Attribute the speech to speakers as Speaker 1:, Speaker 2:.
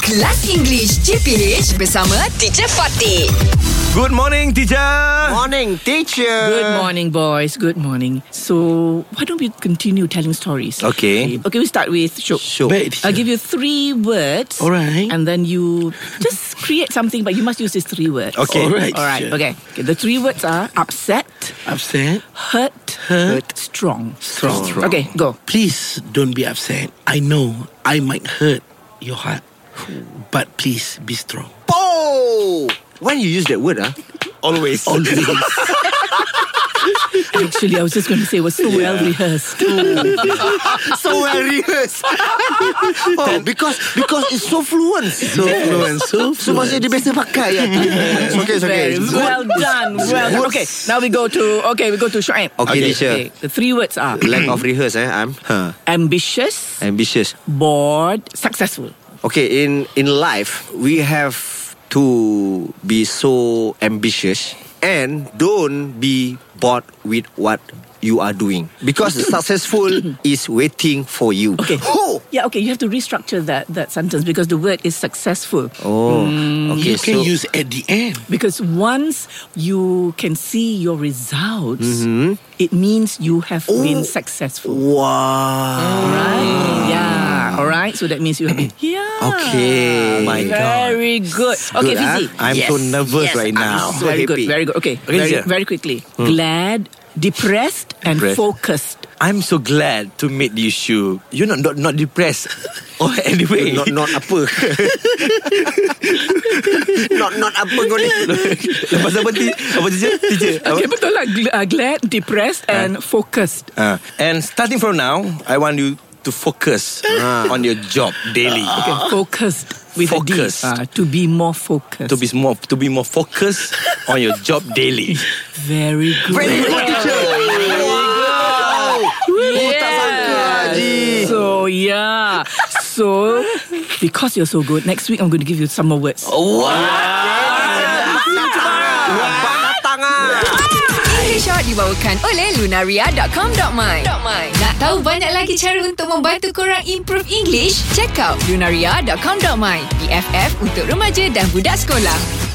Speaker 1: Kelas English CPH bersama Teacher Fatih.
Speaker 2: Good morning, teacher.
Speaker 3: Morning, teacher.
Speaker 4: Good morning, boys. Good morning. So, why don't we continue telling stories?
Speaker 2: Okay.
Speaker 4: Okay, we start with Shuk.
Speaker 3: Shuk.
Speaker 2: Baik, teacher.
Speaker 4: I'll give you three words.
Speaker 3: All right.
Speaker 4: And then you just create something, but you must use these three words.
Speaker 2: Okay.
Speaker 3: All right,
Speaker 4: All right.
Speaker 3: teacher.
Speaker 4: Okay. okay. The three words are upset,
Speaker 3: Upset?
Speaker 4: hurt, hurt, strong.
Speaker 3: Strong.
Speaker 4: Okay, go.
Speaker 3: Please don't be upset. I know I might hurt your heart, but please be strong.
Speaker 2: Oh, when you use that word, ah, always.
Speaker 3: Always.
Speaker 4: Actually, I was just going to say it was so well rehearsed.
Speaker 2: so well rehearsed.
Speaker 5: Oh, because because it's so fluent.
Speaker 3: so
Speaker 5: So
Speaker 3: fluent, so
Speaker 5: so maksudnya
Speaker 3: fluent.
Speaker 5: dia biasa pakai
Speaker 3: lah,
Speaker 5: ya. It's okay, it's okay.
Speaker 4: Very well done. Well done. Okay, now we go to okay, we go to Shoaib.
Speaker 2: Okay, teacher.
Speaker 4: The three words are
Speaker 5: Lack of rehearse eh. I'm huh.
Speaker 4: ambitious,
Speaker 5: ambitious.
Speaker 4: bored, successful.
Speaker 5: Okay, in in life we have to be so ambitious and don't be bored with what you are doing because successful is waiting for you.
Speaker 4: Okay.
Speaker 5: Oh.
Speaker 4: Yeah, okay, you have to restructure that, that sentence because the word is successful.
Speaker 5: Oh.
Speaker 3: You
Speaker 5: Okay.
Speaker 3: can
Speaker 5: so
Speaker 3: use at the end.
Speaker 4: Because once you can see your results, it means you have been successful.
Speaker 5: wow.
Speaker 4: Right? Yeah. All right. So that means you have been. Yeah.
Speaker 5: Okay. My God.
Speaker 4: Very good. Okay,
Speaker 5: good, ah.
Speaker 4: Fizi.
Speaker 5: I'm so nervous right
Speaker 4: I'm
Speaker 5: now.
Speaker 4: so
Speaker 5: So
Speaker 4: very
Speaker 5: happy.
Speaker 4: good. Very good. Okay. very,
Speaker 2: teacher.
Speaker 4: very quickly. Glad, depressed, and
Speaker 5: Depressed.
Speaker 4: focused.
Speaker 2: I'm so glad to meet you, Shu. You're not not, not depressed. or anyway,
Speaker 5: Not not apa Not not apa kau ni
Speaker 2: Lepas apa ti? Apa teacher? Teacher. Apa?
Speaker 4: Okay, betul lah. Gl- uh, glad, depressed, and focused.
Speaker 2: Ah, and starting from now, I want you to focus on your job daily.
Speaker 4: Okay, focused with
Speaker 2: Focused.
Speaker 4: a D. Uh, to be more focused.
Speaker 2: To be more to be more focused on your job daily.
Speaker 4: very good. Very good, teacher. So yeah. So because you're so good, next week I'm going to give you some more words.
Speaker 5: Abang datang ah
Speaker 1: English Hot dibawakan oleh Lunaria.com.my Nak tahu banyak lagi cara untuk membantu korang improve English? Check out Lunaria.com.my BFF untuk remaja dan budak sekolah.